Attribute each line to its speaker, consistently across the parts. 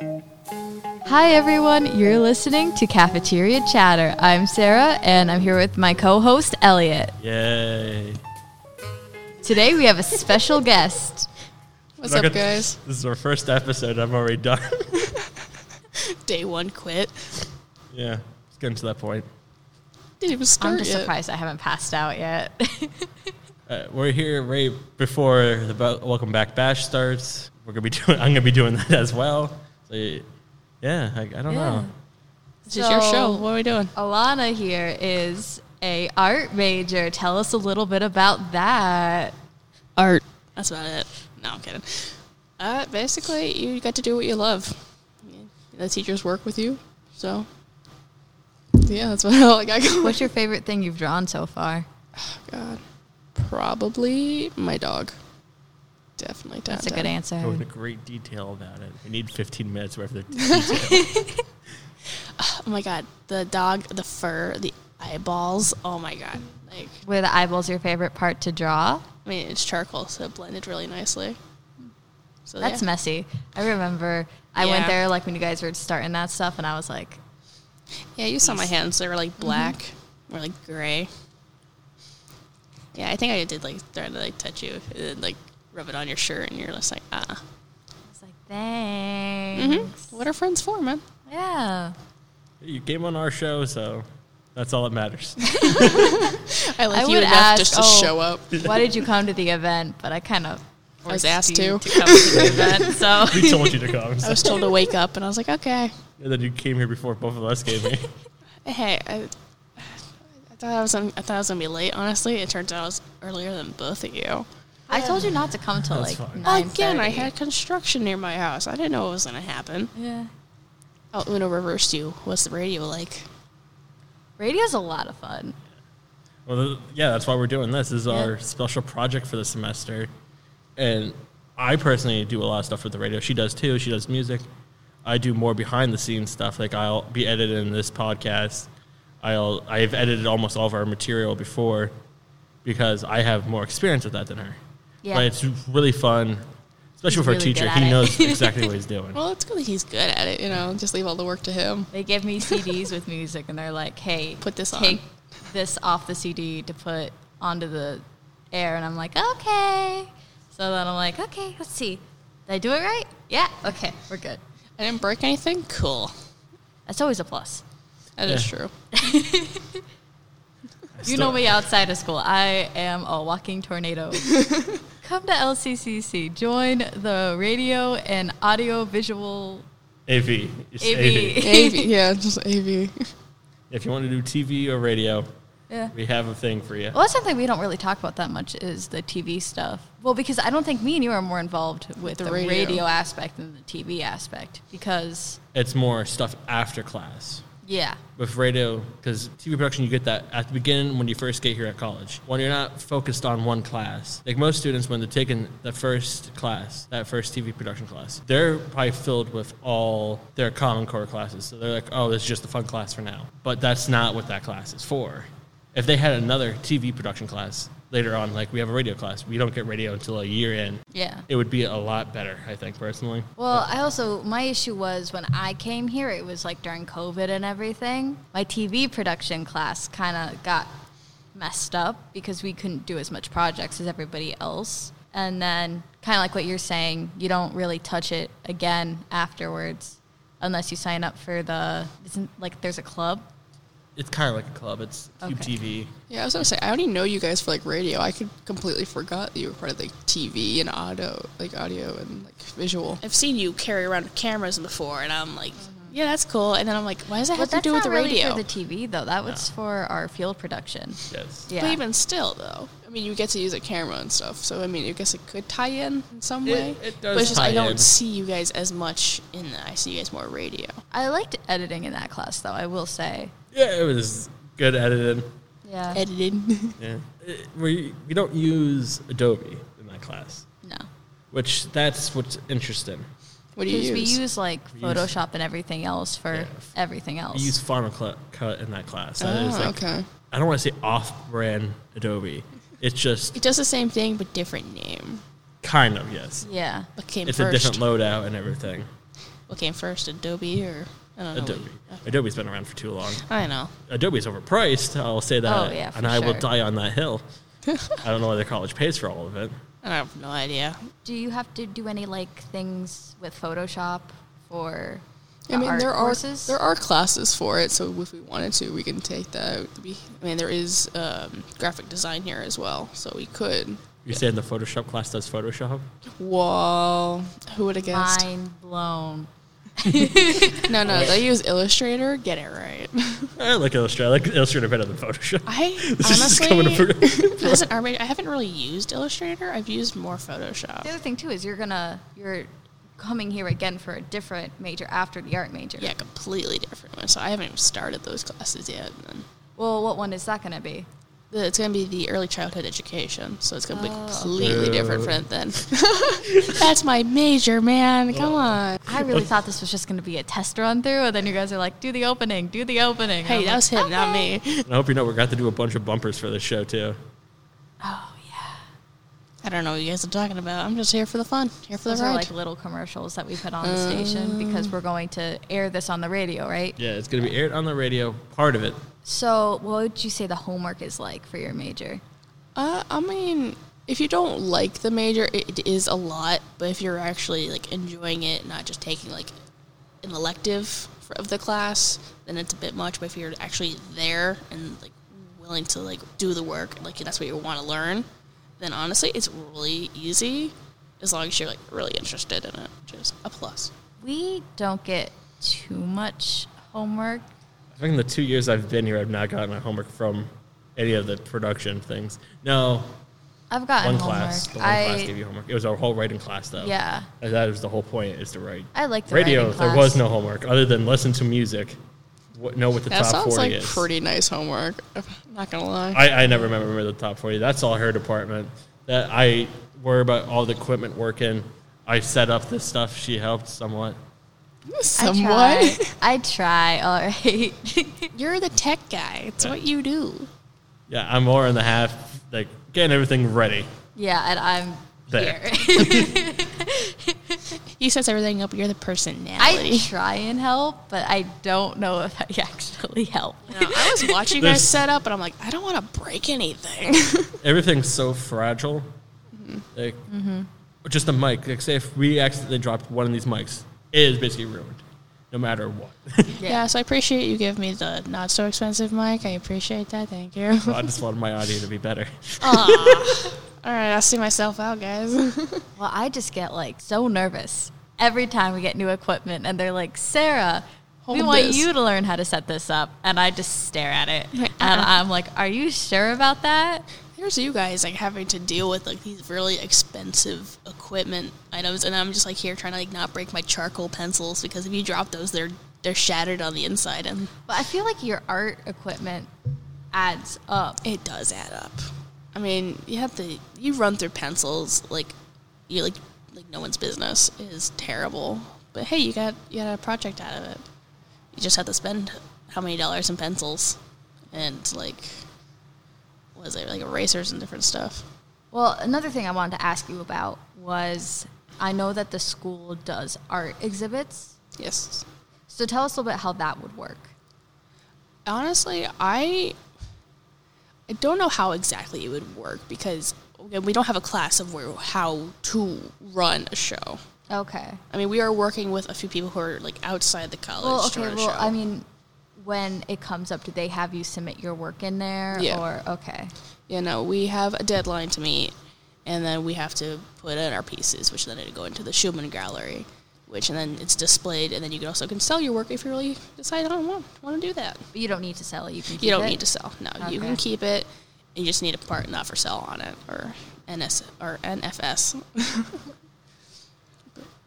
Speaker 1: Hi, everyone. You're listening to Cafeteria Chatter. I'm Sarah, and I'm here with my co host, Elliot.
Speaker 2: Yay.
Speaker 1: Today, we have a special guest.
Speaker 3: What's
Speaker 2: Look
Speaker 3: up,
Speaker 2: at
Speaker 3: guys?
Speaker 2: This, this is our first episode. I'm already done.
Speaker 3: Day one quit.
Speaker 2: yeah, it's getting to that point.
Speaker 3: Didn't even start
Speaker 1: I'm just
Speaker 3: yet.
Speaker 1: surprised I haven't passed out yet.
Speaker 2: Uh, we're here right before the Bo- Welcome Back Bash starts. We're gonna be doing. I'm gonna be doing that as well. So, yeah, I, I don't know.
Speaker 3: This is your
Speaker 1: So-
Speaker 3: show. What are we doing?
Speaker 1: Alana here is a art major. Tell us a little bit about that.
Speaker 3: Art. That's about it. No, I'm kidding. Uh, basically, you got to do what you love. The teachers work with you, so yeah, that's about all I got going.
Speaker 1: What's your favorite thing you've drawn so far?
Speaker 3: God, probably my dog. Definitely.
Speaker 1: That's a good answer.
Speaker 2: Go into great detail about it. We need 15 minutes worth of detail.
Speaker 3: Oh my god, the dog, the fur, the eyeballs. Oh my god. Like,
Speaker 1: Were the eyeballs your favorite part to draw?
Speaker 3: I mean, it's charcoal, so it blended really nicely. So
Speaker 1: That's
Speaker 3: Oh, yeah.
Speaker 1: messy. I remember I went
Speaker 3: Yeah.
Speaker 1: there like when you guys were starting that stuff, and I was like,
Speaker 3: Yeah, you saw my hands. They were like black or like gray. Yeah, I think I did like try to like touch you and then, like rub it on your shirt, and you're just like, ah.
Speaker 1: I was like,
Speaker 3: Mm-hmm.
Speaker 1: thanks.
Speaker 3: What are friends for, man?
Speaker 1: Yeah.
Speaker 2: you came on our show, so that's all that matters.
Speaker 3: I like
Speaker 1: I
Speaker 3: you
Speaker 1: would
Speaker 3: enough
Speaker 1: ask,
Speaker 3: just to
Speaker 1: oh,
Speaker 3: show up.
Speaker 1: Why did you come to the event? But I kind of
Speaker 3: I was
Speaker 1: forced
Speaker 3: asked
Speaker 1: you
Speaker 3: to.
Speaker 1: come to the event. So
Speaker 2: we told you to come, so-
Speaker 3: I was told to wake up, and I was like, okay.
Speaker 2: and then you came here before both of us came here.
Speaker 3: Hey, I, I thought I was on, I thought I was gonna be late. Honestly, it turns out I was earlier than both of you.
Speaker 1: I told you not to come till
Speaker 2: That's
Speaker 1: like
Speaker 2: fine.
Speaker 1: nine.
Speaker 3: Again, I had construction near my house. I didn't know what was gonna happen.
Speaker 1: yeah.
Speaker 3: Oh, Uno reversed you. What's the radio like?
Speaker 1: Radio's a lot of fun.
Speaker 2: Well, th- yeah, that's why we're doing this. This is our
Speaker 1: Yeah.
Speaker 2: special project for the semester, and I personally do a lot of stuff with the radio. She does too. She does music. I do more behind the scenes stuff. Like I'll be editing this podcast. I'll I've edited almost all of our material before because I have more experience with that than her.
Speaker 1: Yeah.
Speaker 2: But it's really fun, especially
Speaker 1: He's
Speaker 2: for
Speaker 1: really
Speaker 2: a teacher.
Speaker 1: good at
Speaker 2: He
Speaker 1: it.
Speaker 2: knows exactly what he's doing.
Speaker 3: Well, it's good that he's good at it. You know, just leave all the work to him.
Speaker 1: They give me CDs with music, and they're like, "Hey,
Speaker 3: Put this
Speaker 1: take
Speaker 3: on."
Speaker 1: this off the CD to put onto the air," and I'm like, "Okay." So then I'm like, "Okay, let's see. Did I do it right? Yeah. Okay, we're good.
Speaker 3: I didn't break anything. Cool.
Speaker 1: That's always a plus."
Speaker 3: That is true.
Speaker 1: You know me outside of school. I am a walking tornado. Come to LCCC. Join the radio and audio visual
Speaker 2: AV. It's AV.
Speaker 3: AV,
Speaker 1: AV.
Speaker 3: yeah, just AV.
Speaker 2: If you want to do TV or radio,
Speaker 1: yeah.
Speaker 2: we have a thing for you.
Speaker 1: Well, that's something we don't really talk about that much is the TV stuff. Well, because I don't think me and you are more involved with the,
Speaker 3: The
Speaker 1: radio.
Speaker 3: radio.
Speaker 1: aspect than the TV aspect because,
Speaker 2: It's more stuff after class.
Speaker 1: yeah,
Speaker 2: with radio because TV production you get that at the beginning when you first get here at college when you're not focused on one class like most students when they're taking the first class that first TV production class they're probably filled with all their common core classes so they're like oh this is just a fun class for now but that's not what that class is for if they had another TV production class later on like we have a radio class we don't get radio until a year in
Speaker 1: yeah.
Speaker 2: it would be a lot better I think personally
Speaker 1: Well, I also my issue was when I came here, it was like during COVID and everything. My TV production class kind of got messed up because we couldn't do as much projects as everybody else. And then kind of like what you're saying, you don't really touch it again afterwards unless you sign up for the isn't like there's a club.
Speaker 2: it's kind of like a club it's Cube
Speaker 1: Okay.
Speaker 2: TV
Speaker 3: Yeah, I was gonna say I already know you guys for like radio. I could completely forgot that you were part of like TV and audio, like audio and like visual.
Speaker 4: I've seen you carry around cameras before, and I'm like, yeah, that's cool. And then I'm like, why does that
Speaker 1: But
Speaker 4: have to
Speaker 1: that's
Speaker 4: do with
Speaker 1: not
Speaker 4: the
Speaker 1: really
Speaker 4: radio?
Speaker 1: for the TV though. That was for our field production.
Speaker 2: yes
Speaker 1: Yeah.
Speaker 3: But even still, though, I mean, you get to use a camera and stuff. So I mean, I guess it could tie in in some
Speaker 2: It-
Speaker 3: way.
Speaker 2: it
Speaker 3: But
Speaker 2: does
Speaker 3: it's just
Speaker 2: tie
Speaker 3: I don't
Speaker 2: in.
Speaker 3: see you guys as much in that. I see you guys more radio.
Speaker 1: I liked editing in that class though. I will say.
Speaker 2: yeah it was good edited
Speaker 1: Yeah.
Speaker 3: Editing.
Speaker 2: Yeah. It- We, we don't use Adobe in that class,
Speaker 1: no.
Speaker 2: which that's what's interesting.
Speaker 3: what do you
Speaker 1: Because
Speaker 3: use?
Speaker 1: we use like
Speaker 2: We use-
Speaker 1: Photoshop and everything else for
Speaker 2: Yeah.
Speaker 1: everything else.
Speaker 2: We use Final Cl- Cut in that class. That is
Speaker 3: oh,
Speaker 2: like,
Speaker 3: okay.
Speaker 2: I don't want to say off-brand Adobe. It's just
Speaker 3: It does the same thing but different name.
Speaker 2: Kind of, yes.
Speaker 1: Yeah.
Speaker 3: What came
Speaker 2: It's a
Speaker 3: first?
Speaker 2: different loadout and everything.
Speaker 3: what came first, Adobe or I
Speaker 1: Oh,
Speaker 3: don't know.
Speaker 2: Adobe. Adobe's been around for too long.
Speaker 3: I know.
Speaker 2: Adobe's overpriced. I'll say that,
Speaker 1: Oh, yeah, for
Speaker 2: and I will
Speaker 1: sure.
Speaker 2: die on that hill. I don't know whether college pays for all of it.
Speaker 3: I have no idea.
Speaker 1: Do you have to do any like things with Photoshop for the
Speaker 5: I mean,
Speaker 1: art
Speaker 5: there are
Speaker 1: courses?
Speaker 5: there are classes for it, so if we wanted to, we can take that. We- I mean, there is um, graphic design here as well, so we could.
Speaker 2: You're saying the Photoshop class does Photoshop?
Speaker 5: Whoa, who would have guessed?
Speaker 1: Mind blown.
Speaker 5: No, no, they use Illustrator. Get it right.
Speaker 2: I like Illustrator. I like Illustrator better than Photoshop.
Speaker 3: I
Speaker 2: is
Speaker 3: honestly,
Speaker 2: coming to-
Speaker 3: as an art major, I haven't really used Illustrator. I've used more Photoshop.
Speaker 1: The other thing too is you're gonna you're coming here again for a different major after the art major.
Speaker 3: Yeah, completely different one. So I haven't even started those classes yet. And
Speaker 1: Well, what one is that gonna be?
Speaker 3: the, it's going to be the early childhood education, so it's going to be
Speaker 1: Oh.
Speaker 3: completely
Speaker 2: Yeah.
Speaker 3: different than. That's my major, man. Come on.
Speaker 1: I really thought this was just gonna be a test run through, and then you guys are like, "Do the opening, do the opening." And I'm
Speaker 3: Hey, that
Speaker 1: like,
Speaker 3: was him, not me.
Speaker 2: And I hope you know we're going to have to do a bunch of bumpers for this show too.
Speaker 1: Oh yeah.
Speaker 3: I don't know what you guys are talking about. I'm just here for the fun, here for the
Speaker 1: Those are
Speaker 3: ride.
Speaker 1: like Oh. little commercials that we put on the station because we're going to air this on the radio, right?
Speaker 2: Yeah, it's going to be aired on the radio. Part of it.
Speaker 1: So, what would you say the homework is like for your major?
Speaker 5: Uh, I mean, if you don't like the major, it is a lot.
Speaker 3: but if you're actually like enjoying it, not just taking like an elective for, of the class, then it's a bit much. But if you're actually there and like willing to like do the work, like that's what you want to learn, then honestly, it's really easy as long as you're like really interested in it, which is a plus.
Speaker 1: We don't get too much homework.
Speaker 2: I think in the two years I've been here, I've not gotten my homework from any of the production things. No,
Speaker 1: I've gotten
Speaker 2: one
Speaker 1: homework.
Speaker 2: class. The one
Speaker 1: I
Speaker 2: class gave you homework. It was our whole writing class, though.
Speaker 1: Yeah.
Speaker 2: And that was the whole point is to write.
Speaker 1: I like the
Speaker 2: radio.
Speaker 1: writing
Speaker 2: There
Speaker 1: class.
Speaker 2: was no homework other than listen to music. What, know what the
Speaker 5: That
Speaker 2: top
Speaker 5: sounds
Speaker 2: forty
Speaker 5: like
Speaker 2: is.
Speaker 5: pretty nice homework. I'm not gonna lie.
Speaker 2: I, I never remember, the top forty. That's all her department. That I worry about all the equipment working. I set up the stuff. She helped somewhat.
Speaker 1: I
Speaker 5: Somewhat.
Speaker 1: try. I try. All right.
Speaker 3: You're the tech guy. It's what you do.
Speaker 2: Yeah, I'm more in the half, like getting everything ready.
Speaker 1: yeah, and I'm
Speaker 2: There.
Speaker 1: here.
Speaker 3: You sets everything up. You're the personality.
Speaker 1: I try and help, but I don't know if I actually help.
Speaker 3: You know, I was watching you
Speaker 2: There's-
Speaker 3: guys set up, and I'm like, I don't want to break anything.
Speaker 2: Everything's so fragile. Like, just a mic. Like, say if we accidentally dropped one of these mics, it is basically ruined, no matter what.
Speaker 3: Yeah. so I appreciate you giving me the not so expensive mic. I appreciate that. Thank you.
Speaker 2: So I just wanted my audio to be better.
Speaker 3: All right, I'll see myself out, guys.
Speaker 1: Well, I just get like so nervous every time we get new equipment, and they're like, Sarah, we
Speaker 5: Hold
Speaker 1: want
Speaker 5: this."
Speaker 1: you to learn how to set this up. And I just stare at it. and I'm like, uh-uh. Are you sure about that?
Speaker 3: Here's you guys like having to deal with like these really expensive equipment items, and I'm just like here trying to like not break my charcoal pencils because if you drop those, they're they're shattered on the inside, and
Speaker 1: But I feel like your art equipment adds up.
Speaker 3: it does add up. I mean, you have to you run through pencils like you like like no one's business It is terrible. But hey, you got you got a project out of it. You just have to spend how many dollars in pencils and like what is it like erasers and different stuff.
Speaker 1: Well, another thing I wanted to ask you about was I know that the school does art exhibits.
Speaker 5: Yes.
Speaker 1: So tell us a little bit how that would work.
Speaker 5: Honestly, I
Speaker 3: I don't know how exactly it would work because we don't have a class of where, how to run a show.
Speaker 1: Okay.
Speaker 3: I mean, we are working with a few people who are like outside the college.
Speaker 1: Well,
Speaker 3: to
Speaker 1: okay.
Speaker 3: run a
Speaker 1: Well,
Speaker 3: show.
Speaker 1: I mean, when it comes up, do they have you submit your work in there?
Speaker 5: Yeah.
Speaker 1: Or, okay.
Speaker 3: you know, we have a deadline to meet, and then we have to put in our pieces, which then it go into the Schumann Gallery, which and then it's displayed, and then you can also can sell your work if you really decide I don't want want to do that.
Speaker 1: But you don't need to sell it. You can keep
Speaker 3: You don't
Speaker 1: it?
Speaker 3: need to sell. No,
Speaker 1: Okay.
Speaker 3: you can keep it. You just need a part not for sale on it or NS or NFS.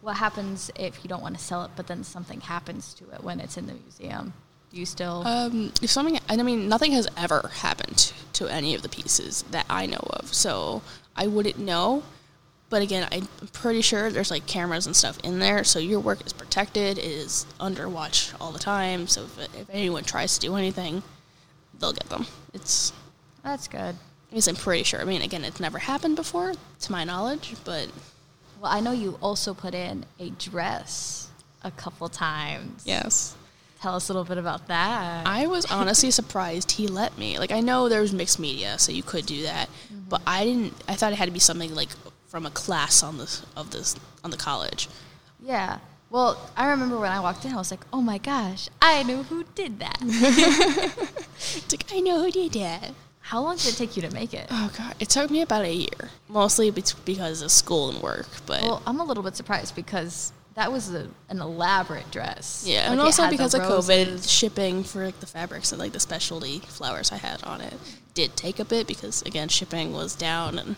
Speaker 1: What happens if you don't want to sell it, but then something happens to it when it's in the museum? Do you still.
Speaker 3: Um, if something, and I mean, nothing has ever happened to any of the pieces that I know of, so I wouldn't know. But again, I'm pretty sure there's like cameras and stuff in there, so your work is protected, it is under watch all the time. So if, if anyone tries to do anything, they'll get them. It's
Speaker 1: that's good.
Speaker 3: Because I'm pretty sure. I mean, again, it's never happened before, to my knowledge, but
Speaker 1: Well, I know you also put in a dress a couple times.
Speaker 5: Yes.
Speaker 1: Tell us a little bit about that.
Speaker 3: I was honestly surprised he let me. Like I know there was mixed media, so you could do that,
Speaker 1: Mm-hmm.
Speaker 3: but I didn't. I thought it had to be something like from a class on this of this on the college.
Speaker 1: yeah. Well, I remember when I walked in, I was like, oh my gosh, I know who did that.
Speaker 3: It's like I know who did that.
Speaker 1: How long did it take you to make it?
Speaker 3: Oh god, it took me about a year, mostly be- because of school and work. But
Speaker 1: Well, I'm a little bit surprised because that was a, an elaborate dress.
Speaker 3: yeah,
Speaker 1: Like,
Speaker 3: and
Speaker 1: it
Speaker 3: also
Speaker 1: had the
Speaker 3: because of
Speaker 1: roses.
Speaker 3: COVID, shipping for like the fabrics and like the specialty flowers I had on it did take a bit because again, shipping was down and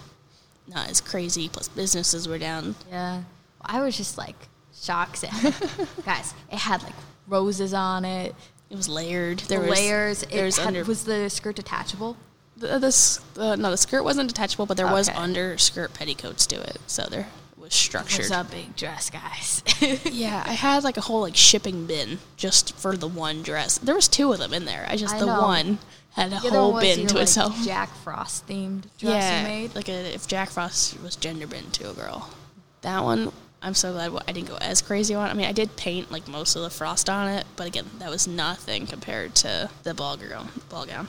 Speaker 3: not as crazy. Plus, businesses were down.
Speaker 1: Yeah. I was just like shocked. It had- guys, it had like roses on it,
Speaker 3: It was layered.
Speaker 1: the
Speaker 3: There was
Speaker 1: layers. It
Speaker 3: There was
Speaker 1: had-
Speaker 3: under.
Speaker 1: was the skirt detachable?
Speaker 3: the, this uh, no the skirt wasn't detachable, but there was
Speaker 1: Okay.
Speaker 3: underskirt petticoats to it, so there was
Speaker 1: It
Speaker 3: structured.
Speaker 1: was a big dress, guys.
Speaker 3: Yeah, I had like a whole like shipping bin just for the one dress. There was two of them in there. I just
Speaker 1: I
Speaker 3: the
Speaker 1: know.
Speaker 3: one had a
Speaker 1: The other
Speaker 3: whole
Speaker 1: one was
Speaker 3: bin
Speaker 1: your,
Speaker 3: to
Speaker 1: like,
Speaker 3: itself.
Speaker 1: Jack Frost themed dress
Speaker 3: yeah,
Speaker 1: you made.
Speaker 3: like a, if Jack Frost was gender bin to a girl. That one, I'm so glad I didn't go as crazy on. I mean, I did paint like most of the frost on it, but again, that was nothing compared to the ball girl ball gown.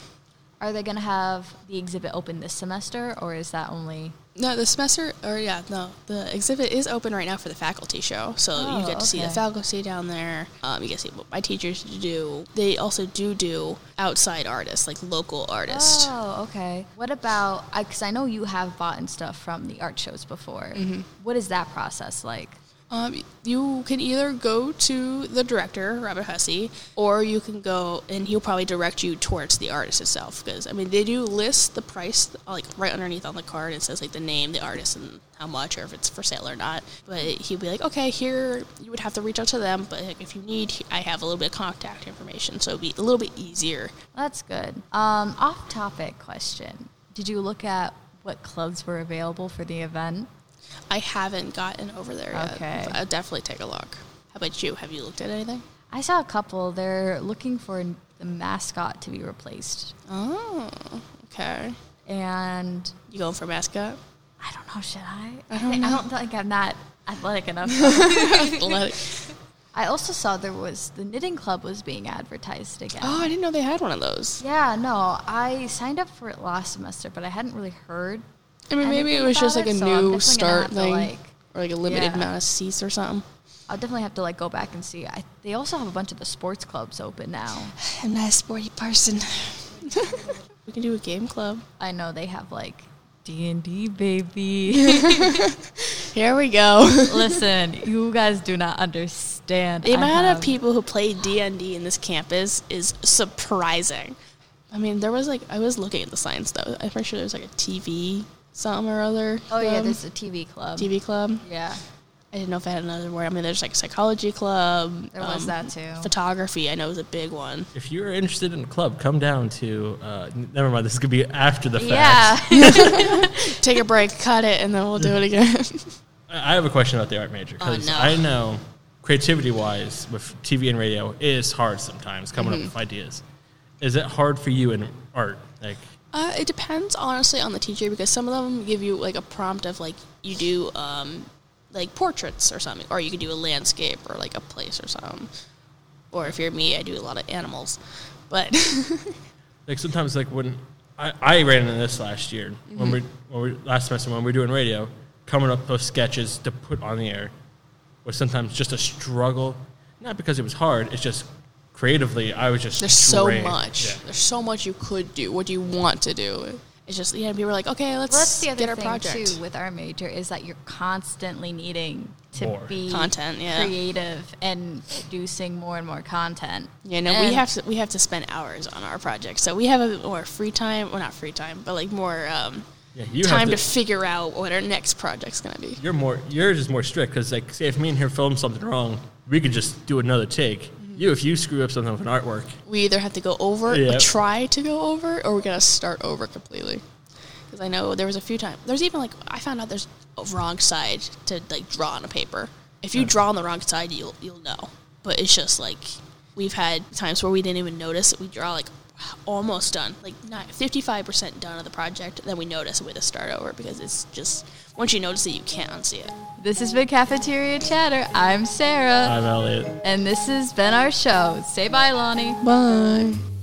Speaker 1: Are they going to have the exhibit open this semester, or is that only?
Speaker 3: No, the semester, or yeah, no, the exhibit is open right now for the faculty show. So
Speaker 1: Oh,
Speaker 3: you get to see the
Speaker 1: okay.
Speaker 3: faculty down there. Um, you get to see what my teachers do. They also do do outside artists, like local artists.
Speaker 1: Oh, okay. What about? Because I know you have bought and stuff from the art shows before.
Speaker 3: Mm-hmm.
Speaker 1: What is that process like?
Speaker 3: Um, you can either go to the director, Robert Hussey, or you can go and he'll probably direct you towards the artist itself. Because I mean, they do list the price like right underneath on the card. It says like the name, the artist, and how much, or if it's for sale or not. But he'll be like, okay, here you would have to reach out to them. But like, if you need, I have a little bit of contact information, so it'd be a little bit easier.
Speaker 1: That's good. Um, off topic question. Did you look at what clubs were available for the event?
Speaker 3: I haven't gotten over there yet.
Speaker 1: Okay.
Speaker 3: but I'll definitely take a look. How about you? Have you looked at anything?
Speaker 1: I saw a couple. They're looking for the mascot to be replaced,
Speaker 3: Oh, okay.
Speaker 1: and
Speaker 3: You going for mascot?
Speaker 1: I don't know. Should I?
Speaker 3: I don't
Speaker 1: thi- I
Speaker 3: know.
Speaker 1: don't think I'm that athletic enough.
Speaker 3: Athletic.
Speaker 1: I also saw there was the knitting club was being advertised again.
Speaker 3: Oh, I didn't know they had one of those.
Speaker 1: Yeah, no, I signed up for it last semester, but I hadn't really heard.
Speaker 3: I mean, maybe it
Speaker 1: anything
Speaker 3: was
Speaker 1: about
Speaker 3: just like
Speaker 1: it,
Speaker 3: a
Speaker 1: so I'm definitely
Speaker 3: new
Speaker 1: gonna
Speaker 3: start
Speaker 1: have to,
Speaker 3: thing,
Speaker 1: like-
Speaker 3: or like a limited
Speaker 1: Yeah.
Speaker 3: amount of seats or something.
Speaker 1: I'll definitely have to like go back and see. I, they also have a bunch of the sports clubs open now.
Speaker 3: I'm not a sporty person. we can do a game club.
Speaker 1: I know they have like D and D, baby.
Speaker 3: Here we go.
Speaker 1: Listen, you guys do not understand
Speaker 3: the
Speaker 1: I
Speaker 3: amount
Speaker 1: have-
Speaker 3: of people who play D and D in this campus is surprising. I mean, there was like I was looking at the signs though. I'm pretty sure there's like a TV something or other.
Speaker 1: Oh yeah, um,
Speaker 3: club,
Speaker 1: there's a TV club.
Speaker 3: TV club.
Speaker 1: Yeah,
Speaker 3: I didn't know if I had another word. I mean, there's like psychology club.
Speaker 1: there was
Speaker 3: um,
Speaker 1: that too.
Speaker 3: Photography, I know, is a big one.
Speaker 2: If you're interested in a club, come down to. Uh, n- never mind. This could be after the fact.
Speaker 1: Yeah,
Speaker 3: Take a break, cut it, and then we'll do it again.
Speaker 2: I I have a question about the art major because
Speaker 3: Oh, no.
Speaker 2: I know creativity wise with TV and radio it is hard sometimes coming
Speaker 3: Mm-hmm.
Speaker 2: up with ideas. Is it hard for you in art? Like,
Speaker 3: Uh, it depends honestly on the teacher because some of them give you like a prompt of like you do um, like portraits or something, or you can do a landscape or like a place or something. Or if you're me, I do a lot of animals, but
Speaker 2: like sometimes like when I, I ran into this last year
Speaker 3: Mm-hmm.
Speaker 2: when we when we last semester when we were doing radio, coming up those sketches to put on the air was sometimes just a struggle. Not because it was hard, it's just creatively I was just
Speaker 3: there's so
Speaker 2: drained.
Speaker 3: much.
Speaker 2: Yeah.
Speaker 3: There's so much you could do. What do you want to do? It's just yeah. People are like, okay, let's
Speaker 1: well, that's the other
Speaker 3: get our
Speaker 1: thing
Speaker 3: project
Speaker 1: too with our major is that you're constantly needing to
Speaker 2: More.
Speaker 1: be
Speaker 3: content. Yeah,
Speaker 1: creative and producing more and more content.
Speaker 3: Yeah, no,
Speaker 1: And-
Speaker 3: we have to we have to spend hours on our project, so we have a bit more free time. Well, not free time, but like more um,
Speaker 2: Yeah, you have
Speaker 3: time
Speaker 2: to-
Speaker 3: to, figure out what our next project's gonna be.
Speaker 2: You're more yours is more strict because like say if me and her film something wrong, we could just do another take. You if you screw up something with an artwork,
Speaker 3: We either have to go over,
Speaker 2: Yeah.
Speaker 3: or try to go over, or we're gonna start over completely. Because I know there was a few times. There's even like I found out there's a wrong side to like draw on a paper. If you draw on the wrong side, you'll you'll know. But it's just like we've had times where we didn't even notice that we draw like almost done, like not 55% done of the project, then we notice we have to start over because it's just, once you notice it, you can't unsee it.
Speaker 1: This has been Cafeteria Chatter. I'm Sarah.
Speaker 2: Uh, I'm Elliot.
Speaker 1: and this has been our show. Say bye, Lonnie.
Speaker 5: Bye.